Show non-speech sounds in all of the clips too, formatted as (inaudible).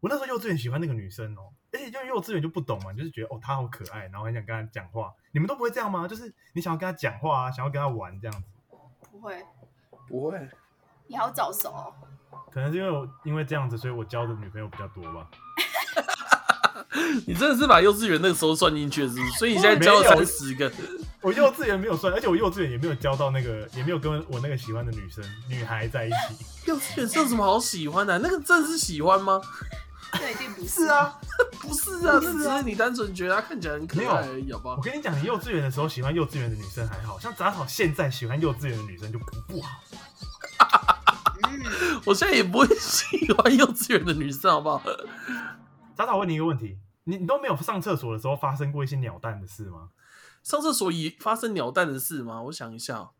我那时候幼稚园喜欢那个女生哦，而且就幼稚园就不懂嘛，你就是觉得哦她好可爱，然后很想跟她讲话。你们都不会这样吗？就是你想要跟她讲话啊，想要跟她玩这样子。不会，不会，你好早熟哦。 (laughs) 可能是因为我因为这样子，所以我交的女朋友比较多吧。你真的是把幼稚园那个时候算进去了，是不是？所以你现在交了没有三十个，我幼稚园没有算，而且我幼稚园也没有交到那个，也没有跟我那个喜欢的女生女孩在一起。幼稚园是有什么好喜欢的、那个真的是喜欢吗？这一定不是，啊，不是啊，那只是你单纯觉得她看起来很可爱而已，好 (laughs) 不我好？跟你讲，你幼稚园的时候喜欢幼稚园的女生还好，像杂草现在喜欢幼稚园的女生就不不好。嗯，我现在也不会喜欢幼稚园的女生，好不 (laughs) 好？杂草问你一个问题，你你都没有上厕所的时候发生过一些鸟蛋的事吗？上厕所也发生鸟蛋的事吗？我想一下哦、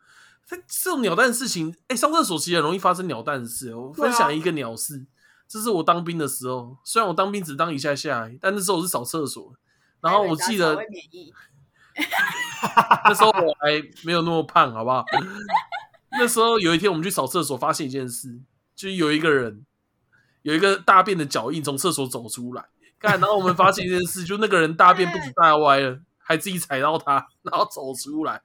这这种鸟蛋的事情，哎、上厕所其实很容易发生鸟蛋的事。我对啊分享一个鸟事，这是我当兵的时候，虽然我当兵只当一下下而已，但那时候我是扫厕所，然后我记还以为杂草得会免疫，那时候我还没有那么胖，好不好？那时候有一天我们去扫厕所，发现一件事，就是有一个人有一个大便的脚印从厕所走出来，干，然后我们发现一件事，就那个人大便不止大歪了，还自己踩到他，然后走出来，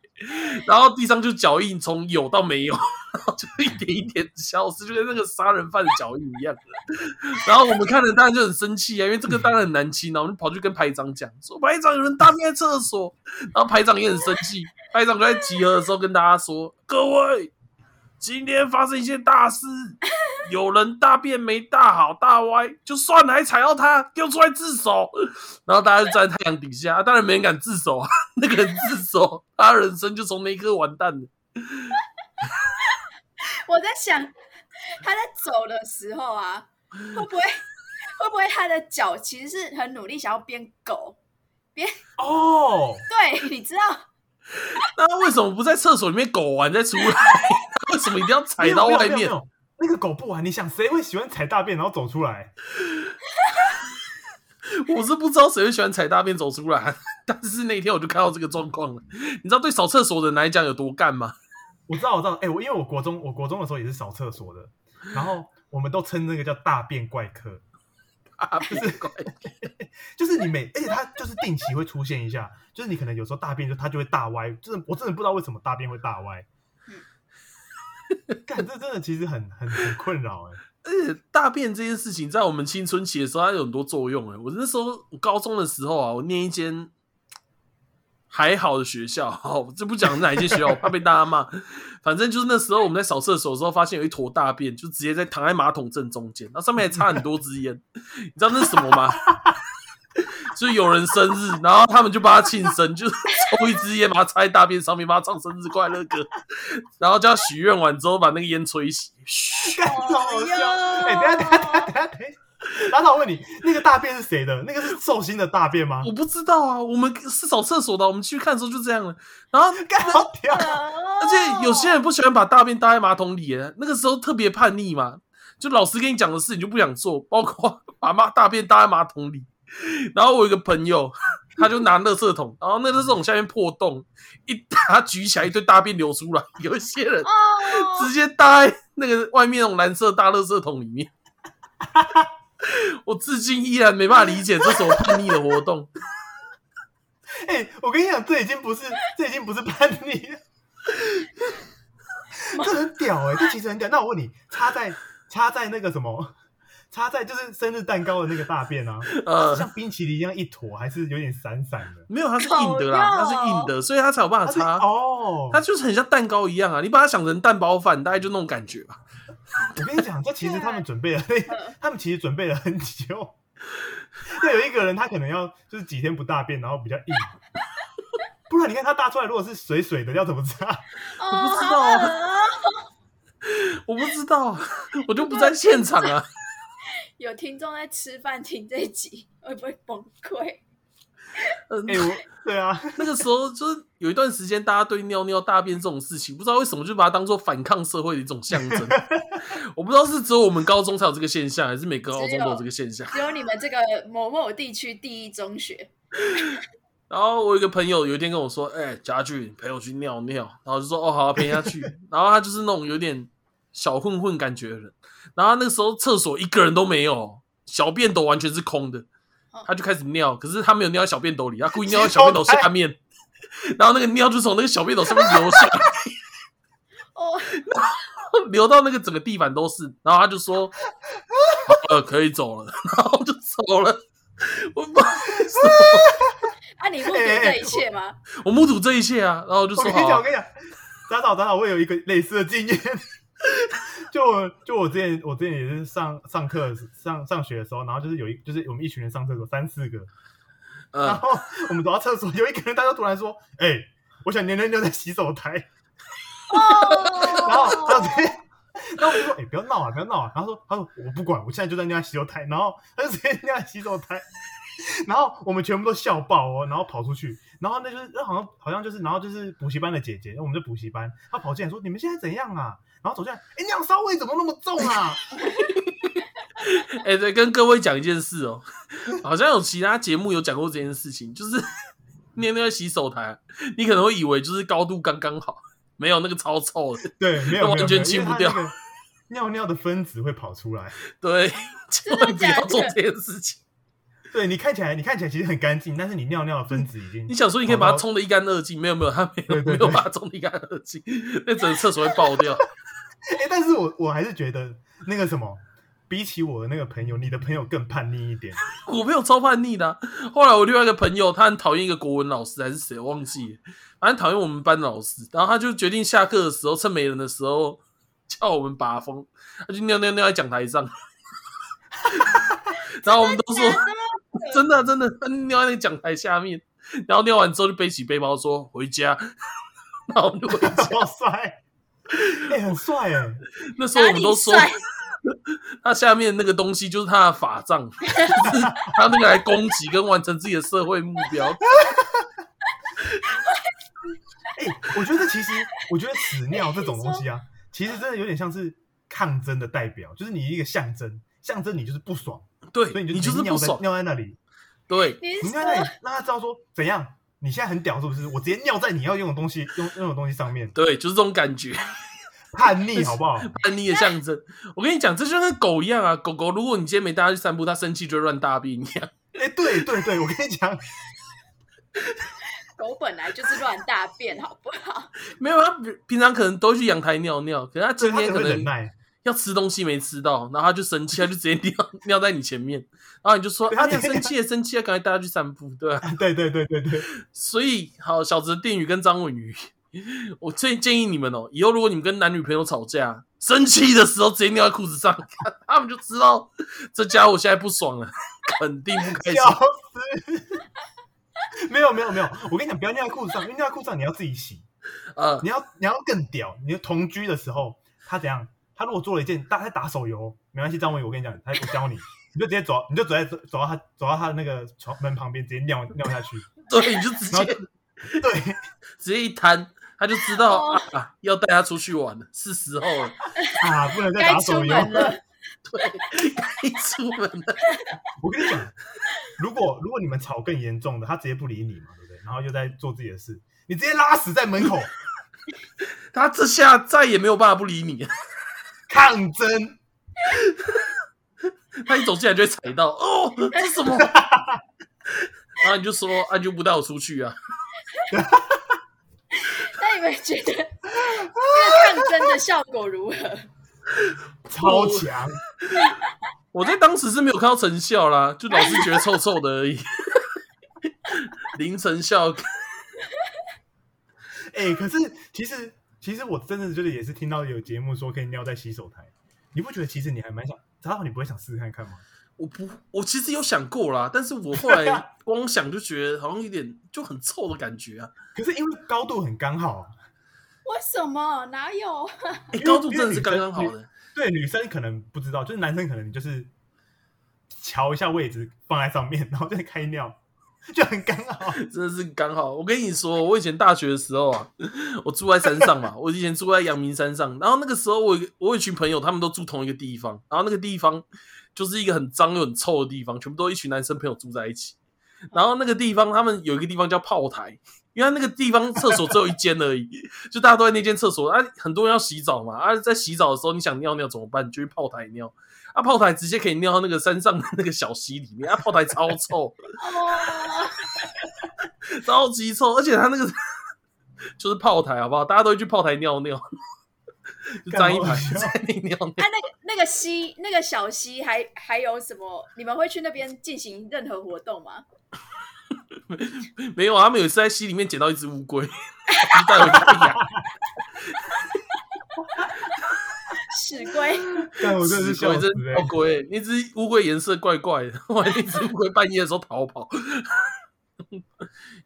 然后地上就脚印从有到没有，然后就一点一点消失，就跟那个杀人犯的脚印一样。然后我们看了当然就很生气啊，因为这个当然很难清啊，我们就跑去跟排长讲说，排长有人大便在厕所，然后排长也很生气，排长就在集合的时候跟大家说：“各位，今天发生一件大事，有人大便没大好大歪，就算了，还踩到他，丢出来自首。”然后大家就站在太阳底下，当然没人敢自首啊，那个人自首，他人生就从那一刻完蛋了。我在想他在走的时候啊，会 (laughs) 不会会不会他的脚其实是很努力想要变狗？哦，对，你知道，那他为什么不在厕所里面狗完再出来？ (laughs) 为什么一定要没踩有到外没有没有面没？有那个狗不玩，你想谁会喜欢踩大便然后走出来？我是不知道谁会喜欢踩大便走出来， (laughs) 但是那天我就看到这个状况了。你知道对扫厕所的人来讲有多干吗？我知道我知道，哎、我因为我国中我国中的时候也是扫厕所的，然后我们都称那个叫大便怪客，啊，不是怪，就是你每，而且它就是定期会出现一下，就是你可能有时候大便就它就会大歪，真的我真的不知道为什么大便会大歪。 (laughs) 干这真的其实很很很困扰哎、而且大便这件事情，在我们青春期的时候，它有很多作用。哎，我那时候我高中的时候啊，我念一间还好的学校，哦，这不讲哪一间学校，我怕被大家骂。反正就是那时候我们在扫厕所的时候，发现有一坨大便，就直接在躺在马桶正中间，那上面还插很多支烟，你知道那是什么吗？ (laughs) 就是有人生日，然后他们就帮他庆生，就是抽一支烟，把它插在大便上面，帮他唱生日快乐歌，然后叫他许愿完之后，把那个烟吹熄，嘘。干超好笑哎呦哎、等一下等一下等一下等一下等一下，打扰我问你，那个大便是谁的？那个是寿星的大便吗我？不知道啊，我们是扫厕所的，我们去看的时候就这样了。然后，干好屌！而而且有些人不喜欢把大便搭在马桶里耶，那个时候特别叛逆嘛，就老师跟你讲的事你就不想做，包括把马大便搭在马桶里。 (laughs) 然后我有一个朋友， (laughs) 他就拿垃圾桶，然后那垃圾桶下面破洞，一打举起来一堆大便流出来，有一些人哦，直接搭在那个外面那种蓝色大垃圾桶里面。 (laughs) 我至今依然没办法理解这种叛逆的活动。哎、我跟你讲，这已经不是这已经不是叛逆了，这很屌哎、这其实很屌。那我问你，插在插在那个什么，插在就是生日蛋糕的那个大便啊，呃，像冰淇淋一样一坨，还是有点散散的。没有，它是硬的啦，烤它肉是硬的，所以它才有办法它是擦。哦，它就是很像蛋糕一样啊，你把它想成蛋包饭，大概就那种感觉啊吧。我跟你讲，这其实他们准备了嗯，他们其实准备了很 (laughs) 久。那有一个人，他可能要就是几天不大便，然后比较硬，不然你看他大出来，如果是水水的，要怎么擦？我不知道哦啊 (laughs) 我不知道， (laughs) 我就不在现场啊。有听众在吃饭听这一集，会不会崩溃？嗯哎、我对啊，那个时候就是有一段时间，大家对尿尿、大便这种事情，不知道为什么就把它当做反抗社会的一种象征。我不知道是只有我们高中才有这个现象，还是每个高中都有这个现象。只有你们这个某某地区第一中学，然后我有一个朋友有一天跟我说：“哎、家具陪我去尿尿。”然后就说：“哦，好、啊，陪他 (laughs) 去。”然后他就是那种有点小混混感觉的人。然后他那时候厕所一个人都没有，小便斗完全是空的哦，他就开始尿，可是他没有尿在小便斗里，他故意尿在小便 (laughs) 斗下面，然后那个尿就从那个小便斗上面流下来， (laughs) 哦，流到那个整个地板都是，然后他就说，呃，可以走了， (laughs) 然后就走了。 (laughs) 我不啊，你目睹哎哎这哎一切吗？我目睹这一切啊，然后我就我说跟你讲，好我啊，跟你讲，杂草杂草，我有一个类似的经验。 (laughs) 就我就我之前我之前也是上上课的时上上学的时候，然后就是有一就是我们一群人上厕所三四个，然嗯，后我们走到厕所，有一个人他就突然说：“哎、我想尿尿尿在洗手台。”哦， (laughs) 然后他就直接，然后我就 (laughs) 说：“哎、不要闹啊，不要闹啊！”然后说：“他说我不管，我现在就在尿在洗手台。”然后他就直接尿在洗手台， (laughs) 然后我们全部都笑爆哦，然后跑出去，然后那就是那好像好像就是，然后就是补习班的姐姐，我们就补习班，她跑进来说：“你们现在怎样啊？”然后走进来，哎，尿骚味怎么那么重啊？ (laughs) 哎、对，跟各位讲一件事哦，好像有其他节目有讲过这件事情，就是 (laughs) 尿尿在洗手台，啊你可能会以为就是高度刚刚好，没有那个超臭的，对，没有，完没有全没有清因为不它掉那个尿尿的分子会跑出来。对，千万不假要的做这件事情。对你看起来，你看起来其实很干净，但是你尿尿的分子已经你想说你可以把它冲的一干二净，没有没有，他没有对对没有把它冲的一干二净，那整个厕所会爆掉。 (laughs) 哎、但是我我还是觉得那个什么，比起我的那个朋友，你的朋友更叛逆一点。 (laughs) 我没有超叛逆的啊、后来我另外一个朋友，他很讨厌一个国文老师还是谁，我忘记了，反正讨厌我们班的老师。然后他就决定下课的时候，趁没人的时候叫我们把风，他就尿尿尿在讲台上。然后我们都说真的真的啊真的，他尿在那个讲台下面。然后尿完之后就背起背包说回家， (laughs) 然后我们就回家。好帅，哎、很帅哎、那时候哪我们里都说帅？他下面那个东西就是他的法杖， (laughs) 就是他那个来攻击跟完成自己的社会目标。哎、我觉得其实，我觉得屎尿这种东西啊，其实真的有点像是抗争的代表，就是你一个象征，象征你就是不爽，所对以你你就就是是不尿在爽，尿在那里，对你你是尿在那里，让他知道说怎样，你现在很屌是不是？我直接尿在你要用的东西用用的东西上面，对，就是这种感觉，叛逆好不好？叛逆的象征。我跟你讲，这就跟狗一样啊，狗狗如果你今天没带它去散步，它生气就会乱大便一样。 (laughs) 哎、对对对，我跟你讲，狗本来就是乱大便，好 (laughs) 不好？没有，它平平常可能都会去阳台尿尿，可是它所以今他天只可会忍能耐。 (laughs) 要吃东西没吃到，然后它就生气，它就直接尿 (laughs) 尿在你前面，然后你就说：“对啊，它你直接生气了，生气了，赶快带它去散步，对吧、啊对对对对对，所以，好，小泽定宇跟张文宇， (laughs) 我建建议你们哦，以后如果你们跟男女朋友吵架，生气的时候直接尿在裤子上，他们就知道这家伙现在不爽了， (laughs) 肯定不开心笑。死！ (laughs) 没有没有没有，我跟你讲，不要尿在裤子上，因为尿在裤子上你要自己洗，呃，你要你要更屌。你同居的时候，他怎样？他如果做了一件，大他在打手游，没关系，张文宇，我跟你讲，他我教你，你就直接走 (laughs) 到，你就走在走走到他走到他的那个床门旁边，直接尿尿下去。对，你就 (laughs) 直接然后对，直接一摊，他就知道、哦啊，要带他出去玩了，是时候了，啊，不能再该打出手游。门了。对，该出门了。我跟你讲，如果如果你们吵更严重的，他直接不理你嘛，对不对？然后又在做自己的事，你直接拉屎在门口他这下再也没有办法不理你，抗争。他一走进来就会踩到，哦，这是什么？然后你就说，啊，你就不带我出去啊。那你们觉 (laughs) 得这个抗争的效果如何？超强，我在当时是没有看到成效啦，就老是觉得臭臭的而已， (laughs) 零成效。哎、可是其实其实我真的就是也是听到有节目说可以尿在洗手台，你不觉得其实你还蛮想，然后你不会想试试看看吗？我不，我其实有想过啦，但是我后啊来光想就觉得好像有点就很臭的感觉啊。可是因为高度很刚好啊，为什么？哪有？哎、为高度真的是刚刚好因为的，对女生可能不知道，就是男生可能就是瞧一下位置放在上面，然后再开尿，就很刚好。真的是刚好。我跟你说，我以前大学的时候啊，我住在山上嘛，我以前住在阳明山上，然后那个时候我有一个我有一群朋友，他们都住同一个地方，然后那个地方就是一个很脏又很臭的地方，全部都一群男生朋友住在一起。然后那个地方，他们有一个地方叫炮台，因为那个地方厕所只有一间而已，就大家都在那间厕所啊，很多人要洗澡嘛啊，在洗澡的时候你想尿尿怎么办？就去炮台尿啊，炮台直接可以尿到那个山上的那个小溪里面，啊，炮台超臭，哦，超级臭，而且它那个 (laughs) 就是炮台，好不好？大家都会去炮台尿尿， (laughs) 就站一干好排笑在那里尿尿。啊，那个那个溪，那个小溪还还有什么？你们会去那边进行任何活动吗？没有啊，他们有一次在溪里面捡到一只乌龟， (laughs) 就带回 (laughs) 家养。屎龟，但我真的是死鬼笑死真欸乌龟，那只乌龟颜色怪怪的， (laughs) 后来那只乌龟半夜的时候逃跑，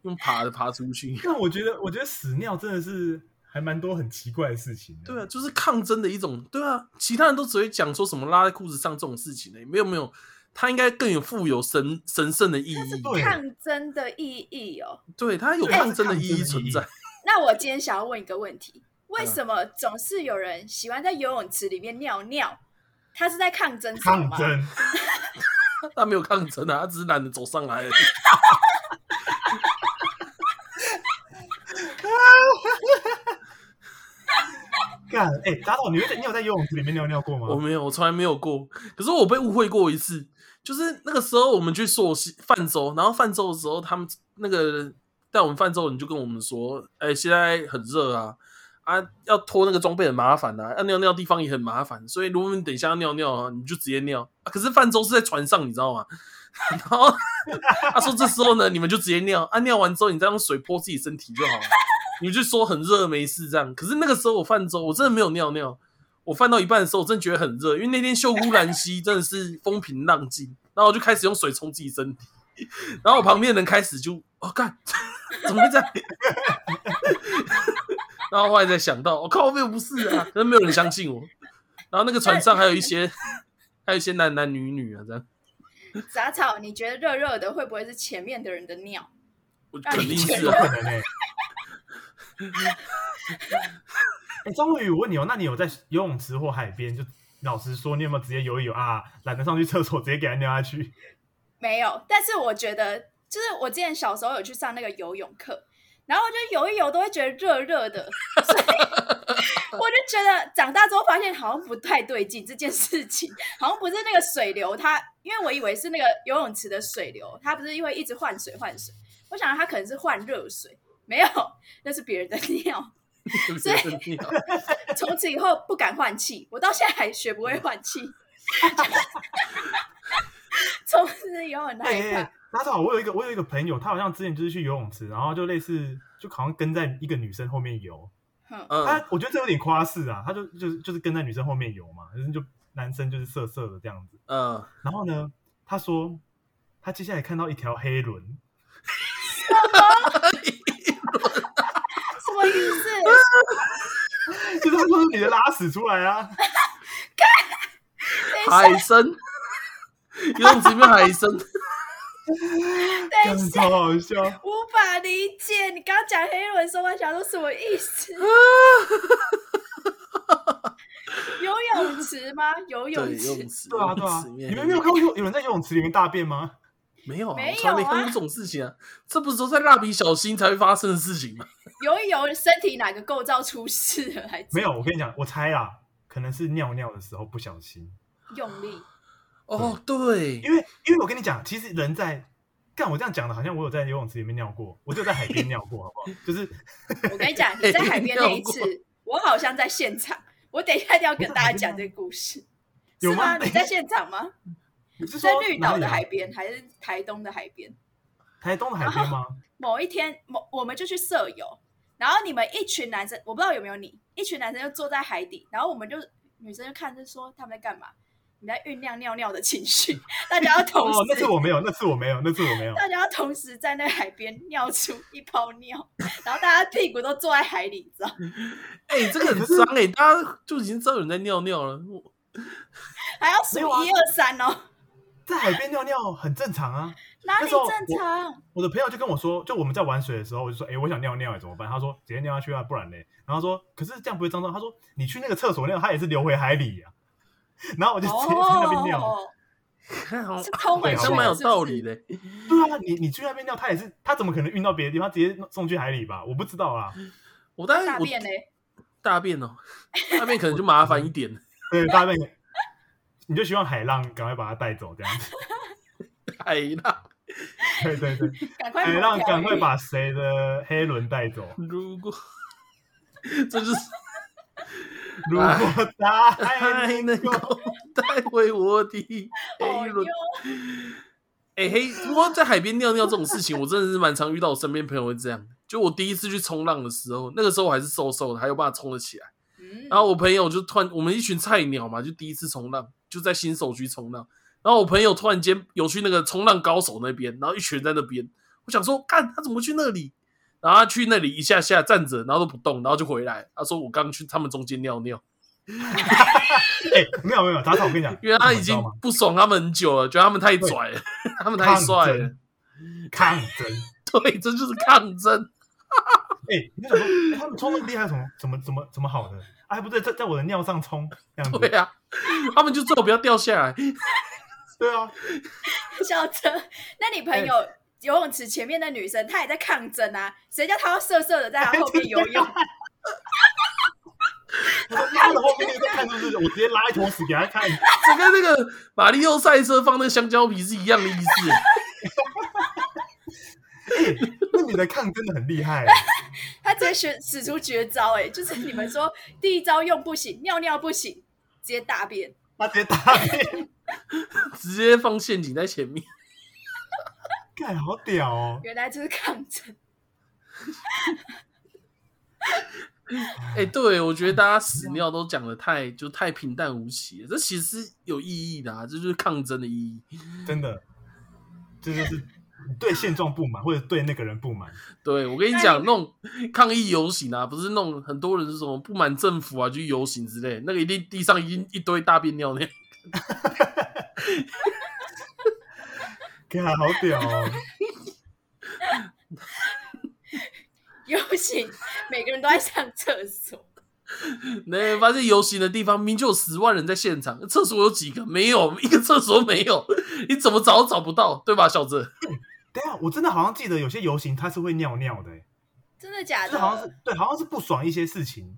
用爬的爬出去。但我觉得，我觉得屎尿真的是还蛮多很奇怪的事情的。对啊，，就是抗争的一种。对啊，其他人都只会讲说什么拉在裤子上这种事情呢、没有没有，它应该更有富有神神圣的意义。对抗争的意义哦。对，它有对抗争的意义抗争的意存义在。那我今天想要问一个问题：为什么总是有人喜欢在游泳池里面尿尿？他是在抗争什么抗吗？争， (laughs) 它没有抗争啊，它只是懒得走上来而已。干哎，打扰你有你有在游泳池里面尿尿过我吗？没有，我从来没有过。可是我被误会过一次，就是那个时候我们去朔溪泛舟，然后泛舟的时候，他们那个带我们泛舟的人就跟我们说：“哎、现在很热啊，啊，要脱那个装备很麻烦啊，要尿尿地方也很麻烦，所以如果你等一下要尿尿啊，你就直接尿。啊、可是泛舟是在船上，你知道吗？ (laughs) 然后他说这时候呢，你们就直接尿啊，尿完之后你再用水泼自己身体就好了。”你们就说很热没事这样，可是那个时候我泛舟，我真的没有尿尿，我翻到一半的时候，我真的觉得很热，因为那天秀姑兰溪真的是风平浪静，然后我就开始用水冲自己身体，然后我旁边的人开始就哦干， (laughs) 怎么会这样？ (laughs) 然后后来才想到，我、哦靠，我没有不是啊，可是没有人相信我。然后那个船上还有一些，还有一些男男女女啊，这样杂草，你觉得热热的会不会是前面的人的尿？我啊肯定是有 (laughs) 啊，可能哎。哎，张宇，我问你哦，那你有在游泳池或海边，就老实说，你有没有直接游一游啊？懒得上去厕所，直接给他尿下去？没有，但是我觉得，就是我之前小时候有去上那个游泳课，然后我就游一游都会觉得热热的，所以 (laughs) 我就觉得长大之后发现好像不太对劲，这件事情好像不是那个水流它，因为我以为是那个游泳池的水流，它不是会一直换水换水，我想它可能是换热水，没有，那是别人的 (laughs) 尿，所以真的从此以后不敢换气，我到现在还学不会换气。 (laughs) 从此以后很害哎怕。哎，打扰，我有一个我有一个朋友，他好像之前就是去游泳池，然后就类似就好像跟在一个女生后面游，哼，嗯他我觉得这有点夸饰啊，他就就是就是跟在女生后面游嘛，就是就男生就是色色的这样子。嗯，然后呢，他说他接下来看到一条黑轮， (laughs) 什么意思？哎就是他说是你的拉屎出来啊，等一下，海参，游泳池里面海 (laughs) 参，等真一的下，超好笑。无法理解你刚讲黑人说，我想说什么意 (laughs) 思？游泳池吗？游对，泳游池泳？池，对啊对啊游泳池，里面你们没有看过有有人在游泳池里面大便吗？ (laughs) 没有啊，没我从来没有看过啊这种事情啊！这不是都在蜡笔小新才会发生的事情吗？游一游，身体哪个构造出事了？还没有，我跟你讲，我猜啦，可能是尿尿的时候不小心，用力？哦，对因，为因为我跟你讲，其实人在。干我这样讲的，好像我有在游泳池里面尿过，我就在海边尿过，好不好？就是我跟你讲，你在海边那一没有次，我好像在现场。我等一下一定要跟大家讲这个故事，有是吗？吗？你在现场吗？你是在说绿哪岛里的啊海边还是台东的海边？台东的海边 (laughs) 吗？某一天，某我们就去舍友，然后你们一群男生，我不知道有没有你，一群男生就坐在海底，然后我们就女生就看着说他们在干嘛，你们在酝酿尿尿的 (laughs) 情绪，大家要同哦，那时，次我没有，那次我没有，那次我没有。大家要同时在那海边尿出一泡尿，然后大家屁股都坐在海里，你知道吗？嗯哎、这个很脏哎、大家就已经知道有人在尿尿了。我还要数没有啊一二三哦，在海边尿尿很正常啊。哪里那时候正常？我的朋友就跟我说，就我们在玩水的时候，我就说，哎、我想尿尿、哎，怎么办？他说直接尿下去啊，不然嘞。然后说，可是这样不会脏脏。他说你去那个厕所尿，它也是流回海里呀、 (laughs) 然后我就直接去那边尿。哦，看哦好是偷买好像水蛮有是不是道理的、对啊，你你去那边尿，它也是，它怎么可能运到别的地方，直接送去海里吧？我不知道啊。我大概大我便嘞，欸 (laughs) 大便哦、大便可能就麻烦一点。对，大便你就希望海浪赶快把它带走，这样子。海浪，对对对，赶快海抹浪哎掉欸赶快鱼把谁的黑轮带走？如果这 (laughs) 就是如哎果哎大海还能能够够带回我的哦黑轮哟。哎、嘿，不过在海边尿尿这种事情，我真的是蛮常遇到。我身边朋友会这样，就我第一次去冲浪的时候，那个时候我还是瘦瘦的，还有办法冲得起来。嗯然后我朋友就突然，我们一群菜鸟嘛，就第一次冲浪，就在新手区冲浪。然后我朋友突然间有去那个冲浪高手那边，然后一群人在那边，我想说，看他怎么去那里？然后他去那里一下下站着，然后都不动，然后就回来。他说我刚去他们中间尿尿，哎、没有没有，打草我跟你讲，因为他已你知经道吗不爽他们很久了，觉得他们太拽了， (laughs) 他们太帅了。抗争。对，这就是抗争。哎、你就想说，哎他们冲那么厉害，有什么怎么怎么怎么好的？哎、不对，在在我的尿上冲这样子。对啊，他们就最好不要掉下来。对啊， (laughs) 小哲，那你朋友哎游泳池前面的女生，她也在抗争啊，谁叫她要色色的在哎她后面游泳？啊我说妈的，后面那个看就是我直接拉一坨屎给他看。这跟那个马里奥赛车放那个香蕉皮是一样的意思。那女的抗真的很厉害、她直接使使出绝招、哎，就是你们说第一招用不行，尿尿不行，直接大便。她直接打脸，直接放陷阱在前面。干好屌哦！原来就是抗争，哎、对，我觉得大家屎尿都讲的太就太平淡无奇了，这其实是有意义的啊，这就是抗争的意义。真的，这就是对现状不满，或者对那个人不满。对我跟你那讲，你那种抗议游行啊，不是那种很多人是什么不满政府啊去游行之类，那个一定地上一定一堆大便尿尿。 (laughs) 干好屌哦！游行，每个人都在上厕所。那发现游行的地方，明就有十万人在现场，厕所有几个？没有，一个厕所没有，你怎么找都找不到，对吧，小哲？等一下，我真的好像记得有些游行它是会尿尿的、欸，真的假就是好像的是？对，好像是不爽一些事情，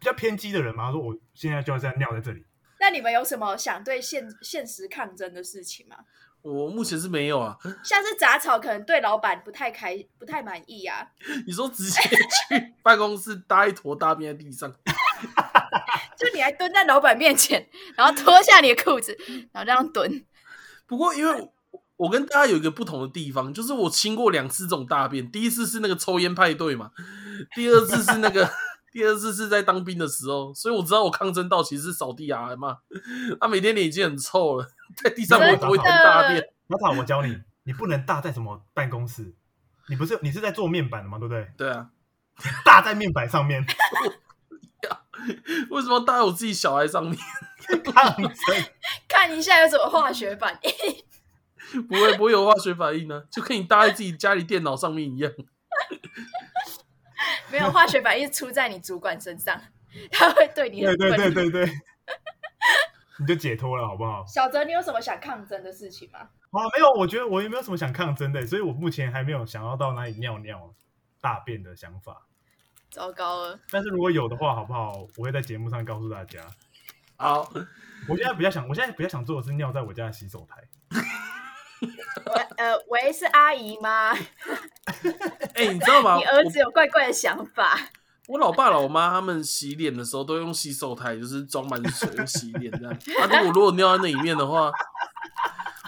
比较偏激的人嘛。他说我现在就要这样尿在这里，那你们有什么想对现现实抗争的事情吗？我目前是没有啊。像是杂草可能对老板不太开不太满意啊，你说直接 (laughs) 去办公室搭一坨大便在地上，就你还蹲在老板面前，然后脱下你的裤子，然后这样蹲。不过因为我我跟大家有一个不同的地方，就是我清过两次这种大便，第一次是那个抽烟派对嘛，第二次是那 (laughs) 个第二次是在当兵的时候，所以我知道我抗争到其实是扫地阿嘛，他、每天脸已经很臭了，在地上真我的都会大便，老草，我教你，你不能大在什么办公室。你不是你是在做面板的吗？对不对？对啊，大在面板上面为什么要搭在我自己小孩上面？抗争，看一下有什么化学反 (laughs) 应。不会不会有化学反应呢、就跟你搭在自己家里电脑上面一样。没有化学反应出在你主管身上， (laughs) 他会对你对很对愤对怒。对对，你就解脱了好不好？小泽，你有什么想抗争的事情吗？啊，没有，我觉得我也没有什么想抗争的，所以我目前还没有想要到哪里尿尿、大便的想法。糟糕了，但是如果有的话，好不好？我会在节目上告诉大家。好，我现在比较想，我现在比较想做的是尿在我家的洗手台。我呃，喂，是阿姨吗？哎、你知道 (laughs) 吗？你儿我子有怪怪的想法，我老爸老妈他们洗脸的时候都用洗手台，就是装满水用洗脸这样。啊，如果如果尿在那里面的话，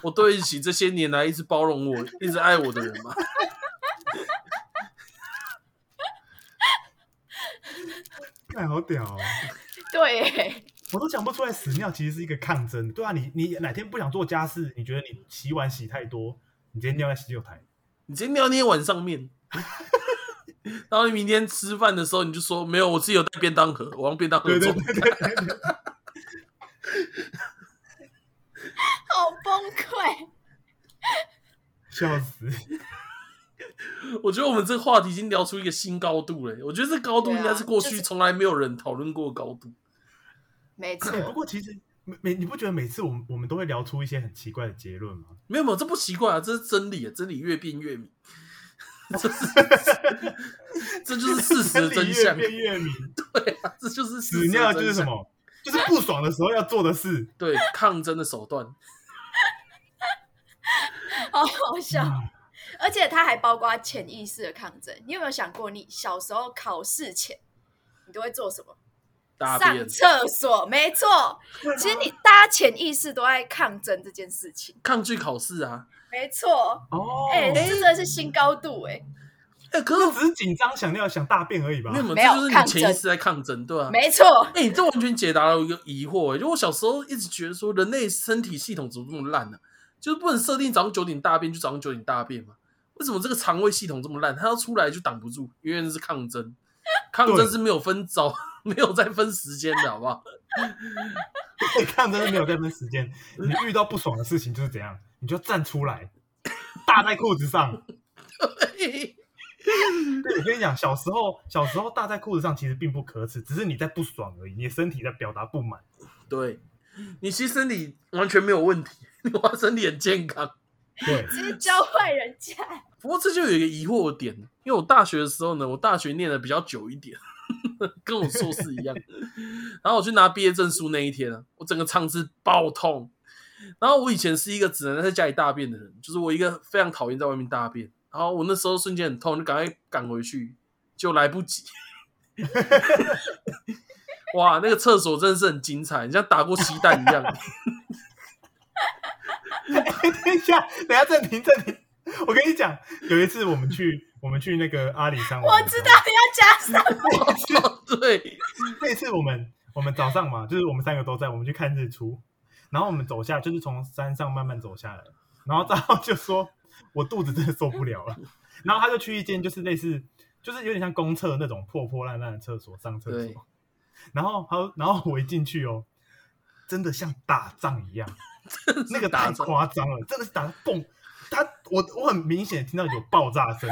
我对得起这些年来一直包容我、一直爱我的人嘛。看，好屌、哦！ (laughs) 对耶，我都讲不出来，屎尿其实是一个抗争。对啊，你你哪天不想做家事，你觉得你洗碗洗太多，你直接尿在洗手台。你今天尿捏碗上面，然后你明天吃饭的时候你就说没有，我自己有带便当盒，我让便当盒对对装。对对对对，好崩溃。笑 (laughs) 死！我觉得我们这个话题已经聊出一个新高度了、欸我觉得这高度应该是过对啊就去是从来没有人讨论过的高度。没哎不错，过其实每每你不觉得每次我们我们都会聊出一些很奇怪的结论吗？没有没有，这不奇怪啊，这是真理啊，真理越辩越明， (laughs) 这是这就是事实的真越相， (laughs) 变越明。 (laughs) 对啊，这就是事屎实的尿就是真什相。么？就是不爽的时候要做的事。对抗争的手段。 (laughs) 好好笑。而且它还包括潜意识的抗争。你有没有想过，你小时候考试前，你都会做什么？大上便厕所，没错。其实嗯你大家潜意识都在抗争这件事情，抗拒考试啊！没错。哦，哎、这真的是新高度哎、哎、可那是只是紧张想尿想大便而已吧没？有，没有没有这就是抗你争潜意识在抗争，对啊。没错，哎、你这完全解答了我一个疑惑、哎，就我小时候一直觉得说，人类身体系统怎么这么烂呢、啊就是不能设定早上九点大便就早上九点大便嘛？为什么这个肠胃系统这么烂？它要出来就挡不住，因为那是抗争，抗对争是没有分早， (laughs) 没有再分时间的好不 (laughs) 好？对，抗争是没有在分时 (laughs) 间。你遇到不爽的事情就是怎样，你就站出来，大在裤子上。对，我跟你讲，小时候小时候大在裤子上其实并不可耻，只是你在不爽而已，你的身体在表达不满。对，你其实身体完全没有问题，你哇身体很健康。对，直接教坏人家。不过这就有一个疑惑点，因为我大学的时候呢，我大学念的比较久一点，跟我硕士一样。然后我去拿毕业证书那一天啊，我整个肠子爆痛。然后我以前是一个只能在家里大便的人，就是我一个非常讨厌在外面大便。然后我那时候瞬间很痛，就赶快赶回去，就来不及。哇，那个厕所真的是很精彩，你像打过鸡蛋一样。 (laughs) (laughs) 等一下，等一下暂停暂停。我跟你讲，有一次我们去我们去那个阿里山 (laughs) 我玩的时知候，道要加什么，对，那次我们我们早上嘛，就是我们三个都在，我们去看日出，然后我们走下，就是从山上慢慢走下来，然后张浩就说：“我肚子真的受不了了。”然后他就去一间就是类似，就是有点像公厕那种破破烂烂的厕所上厕对所，然后他然后我一进去哦，真的像打仗一 (laughs) 样，那个太打仗夸张了，真的是打得蹦，他我我很明显听到有爆炸声。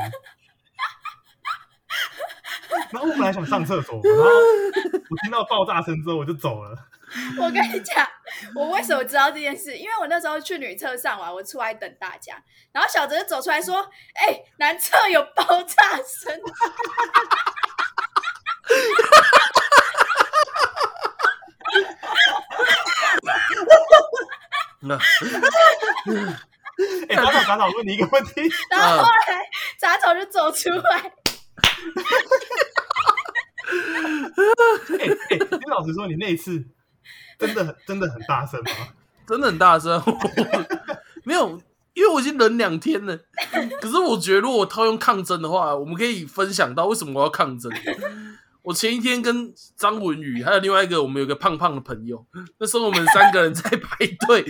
然后我本来想上厕所，然后我听到爆炸声之后我就走了。 (laughs) 我跟你讲，我为什么知道这件事？因为我那时候去女厕上完，我出来等大家，然后小哲就走出来说：“哎、男厕有爆炸 (laughs) 声。”那哎，打扰打扰，问你一个问题，然后后来杂草就走出来，哎哎，你老实说，你那一次真的很真的很大声吗？真的很大声，没有，因为我已经忍两天了。可是我觉得，如果我套用抗争的话，我们可以分享到为什么我要抗争。我前一天跟张文宇还有另外一个我们有一个胖胖的朋友，那时候我们三个人在排队，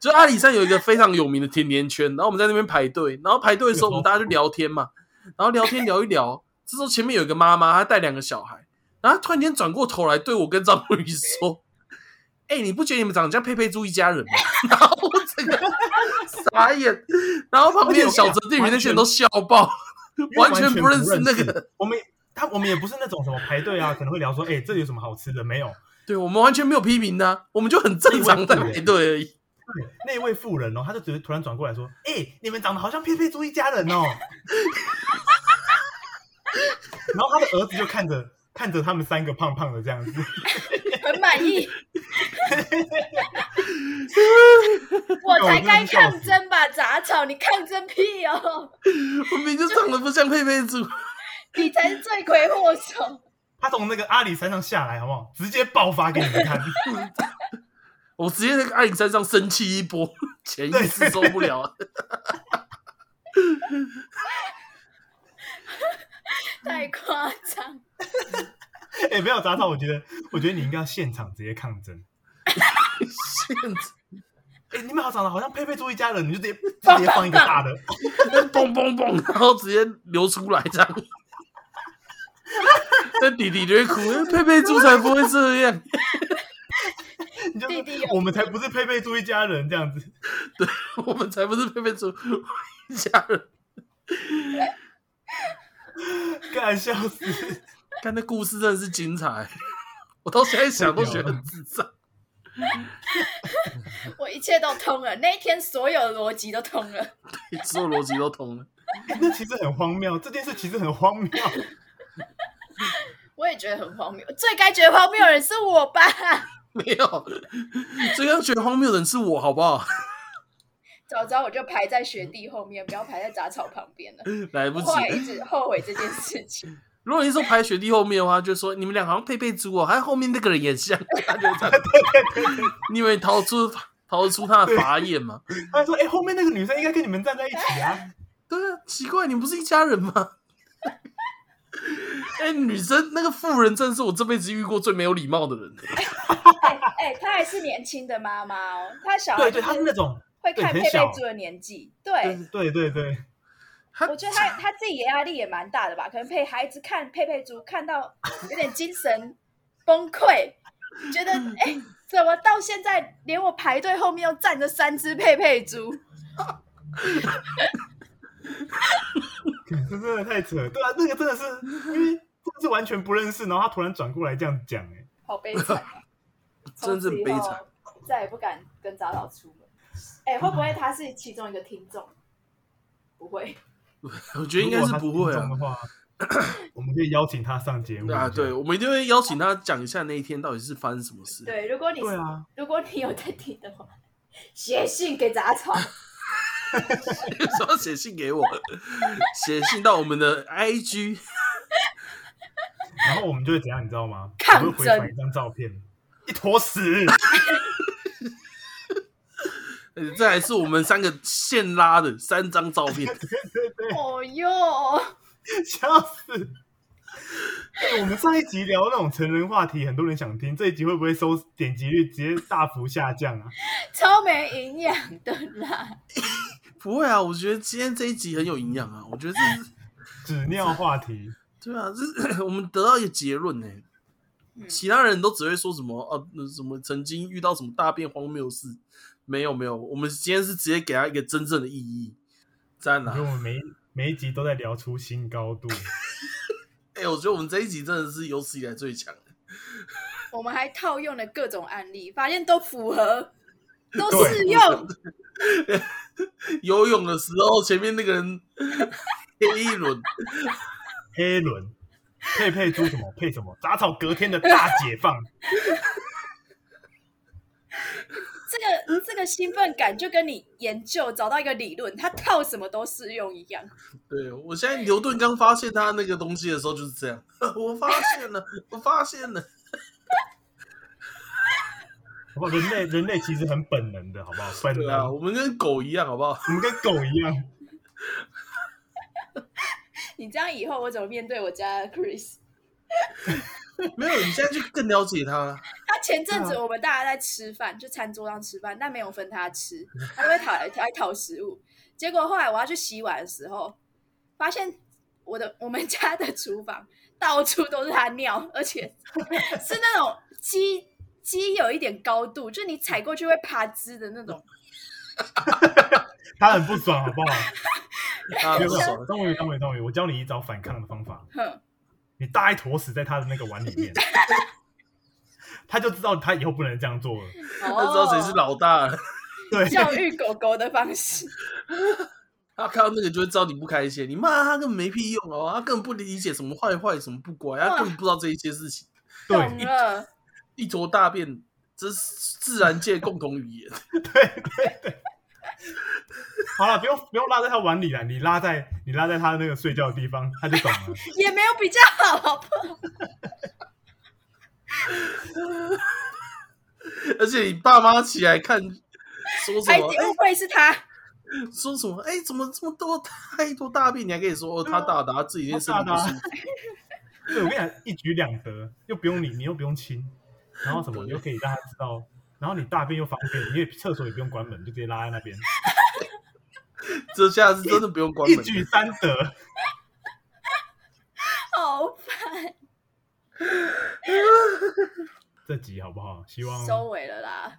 就阿里山有一个非常有名的甜甜圈，然后我们在那边排队，然后排队的时候我们大家就聊天嘛，然后聊天聊一聊，这时候前面有一个妈妈，她带两个小孩，然后她突然间转过头来对我跟张文宇说：“哎、你不觉得你们长得像佩佩猪一家人吗？” (laughs) 然后我整个傻眼，然后旁边小泽店员那些人都笑爆，完全不认识那个。我们他我们也不是那种什么排队啊，可能会聊说，哎，这里有什么好吃的？没有，对我们完全没有批评他、我们就很正常在排队而已。 (laughs) 对，那位妇人哦，他就只是突然转过来说：“哎、你们长得好像佩佩猪一家人 (laughs) 哦。”然后他的儿子就看着看着他们三个胖胖的这样子，很满 (laughs) 意。我才该抗争吧，杂草，你抗争屁哦，我明明就长得不像佩佩猪，你才是罪魁祸首。他从那个阿里山上下来，好不好？直接爆发给你们看。 (laughs) 我直接在阿里山上生气一波，潜意识受不了。太夸张！哎、没有杂草，我觉得我觉得你应该要现场直接抗争。 (laughs) 现在哎、你们好长得好像佩佩猪一家人，你就直接直接放一个大 (laughs) 的，嘣嘣嘣，然后直接流出来这样。那弟弟就会哭，佩佩猪才不会这样。你就弟弟哦有我们才不是佩佩猪一家人这样子。我们才不是佩佩猪一家人。干笑死！看那故事真的是精彩，我到现在想都觉得很智障。 (laughs) 我一切都通了，那一天所有的逻辑都通了。 (laughs) 所有逻辑都通了。哎那其实很荒谬，这件事其实很荒谬。我也觉得很荒谬，最该觉得荒谬的人是我吧？ (laughs) 没有，最让觉得荒谬的人是我，好不好？ (laughs) 早知道我就排在雪地后面，不要排在杂草旁边 (laughs) 了。来不我及后。来一直后悔这件事情。 (laughs) 如果你说排雪地后面的话，就说你们俩好像配配猪哦，还有后面那个人也像，他就这样。 (laughs) 你以为逃出逃出他的法眼吗？他说：“哎、后面那个女生应该跟你们站在一起啊。对啊，奇怪，你们不是一家人吗？ (laughs) 哎、女生那个妇人真的是我这辈子遇过最没有礼貌的人。欸哎、哎，她还是年轻的妈妈哦，她”小孩对对，她是那种，会看对佩很小佩猪的年纪。对，对对对， (laughs) 她！我觉得她她自己压力也蛮大的吧，可能陪孩子看佩佩猪看到有点精神崩溃，觉得嗯哎、怎么到现在连我排队后面又站着三只佩佩猪？这真的太扯。对啊，那个真的是因为真的是完全不认识，然后他突然转过来这样讲、哎，好悲惨啊 (laughs) 真是悲惨，再也不敢跟杂草出门。哎、会不会他是其中一个听众？不会，我觉得应该是不会如果他听啊众。的话，我们可以邀请他上节目对啊，对，我们一定会邀请他讲一下那一天到底是发生什么事。对，如果你、对啊，如果你有在听的话，写信给杂 (laughs) 草， (laughs) 说要写信给我，写信到我们的 IG，然后我们就会怎样，你知道吗？抗我会回争传一张照片，一坨屎。 (laughs) 呃这还是我们三个现拉的三张照 (laughs) 片。对对，哦哟，笑死！哎，我们上一集聊那种成人话题，很多人想听，这一集会不会收点击率直接大幅下降啊？超没营养的啦！不会啊，我觉得今天这一集很有营养啊。我觉得这是纸尿话题，对啊，这是 (coughs) 我们得到一个结论呢、嗯其他人都只会说什么哦、那什么曾经遇到什么大变荒谬事，没有没有，我们今天是直接给他一个真正的意义。赞啊我啦觉！得我们每一每一集都在聊出新高度。哎、我觉得我们这一集真的是有史以来最强的。我们还套用了各种案例，发现都符合，都对适用。 (laughs) 游泳的时候，前面那个人黑一轮，黑轮配配猪什么 (laughs) 配什么，杂草隔天的大解放，这个这个兴奋感就跟你研究找到一个理论，它套什么都适用一样。对我现在牛顿刚发现他那个东西的时候就是这样， (laughs) 我发现了， (laughs) 我发现了，好不好？人类人类其实很本能的，好不好？本对啊，能，我们跟狗一样，好不 (laughs) 好？我们跟狗一样。你这样以后我怎么面对我家的 Chris？没有，你现在就更了解他了。他前阵子对我们大家在吃饭，就餐桌上吃饭，但没有分他吃， (laughs) 他就会讨来来讨食物。结果后来我要去洗碗的时候，发现我的我们家的厨房到处都是他尿，而且是那种鸡鸡有一点高度，就你踩过去会爬汁的那种。他很不爽，好不 (laughs) 好？啊，没不有没爽有，，终于终于终于，我教你一招反抗的方法， (laughs) 哼，你搭一坨屎在他的那个碗里面， (laughs) 他就知道他以后不能这样做了。他知道谁是老大了。对，哦教育狗狗的方 (laughs) 式。他看到那个就会知道你不开心，你骂他他根本没屁用哦，他根本不理解什么坏坏什么不乖，他根本不知道这一些事情。对懂了，一坨大便，这是自然界共同语言。好了，不用不用拉在他碗里了，你拉在你拉在他那个睡觉的地方，他就懂了。也没有比较好，好不好？而且你爸妈起来看，说什还么？哎误会是他。说什么？哎，怎么这么多他一坨大便？你还可以说哦，他大的，他自己一定身体不舒服。对，我跟你讲，一举两得，又不用理，你又不用亲，然后什么对你又可以让他知道，然后你大便又方便，因为厕所也不用关门，就直接拉在那边，这下是真的不用关一门。举三得。好这集好不好？希望收尾了啦。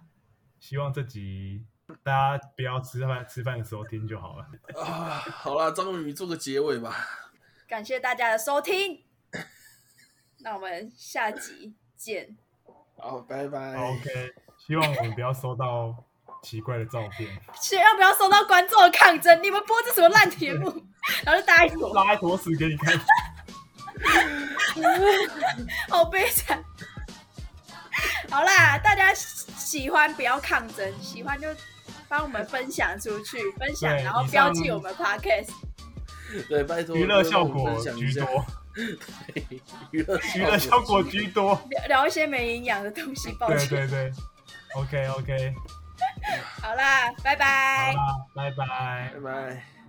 希望这集大家不要吃饭吃饭的时候听就好了。 (laughs) 啊，好啦，章鱼做个结尾吧。感谢大家的收听， (coughs) 那我们下集见。好，拜拜。 OK，希望我们不要收到奇怪的照片，千万不要受到观众的抗争，你们播这什么烂节 (laughs) 目？然后就答应我，拉一坨屎给你 (laughs) 看。好悲惨。好啦，大家喜喜欢不要抗争，喜欢就帮我们分享出去，分享对然后以标上记我们 podcast。对，拜托娱乐效果分享一居下多， (laughs) 娱乐娱乐效果居多。聊聊一些没营养的东西，抱对歉。对对，OK OK，好啦，拜好拜。啦，拜拜拜。拜。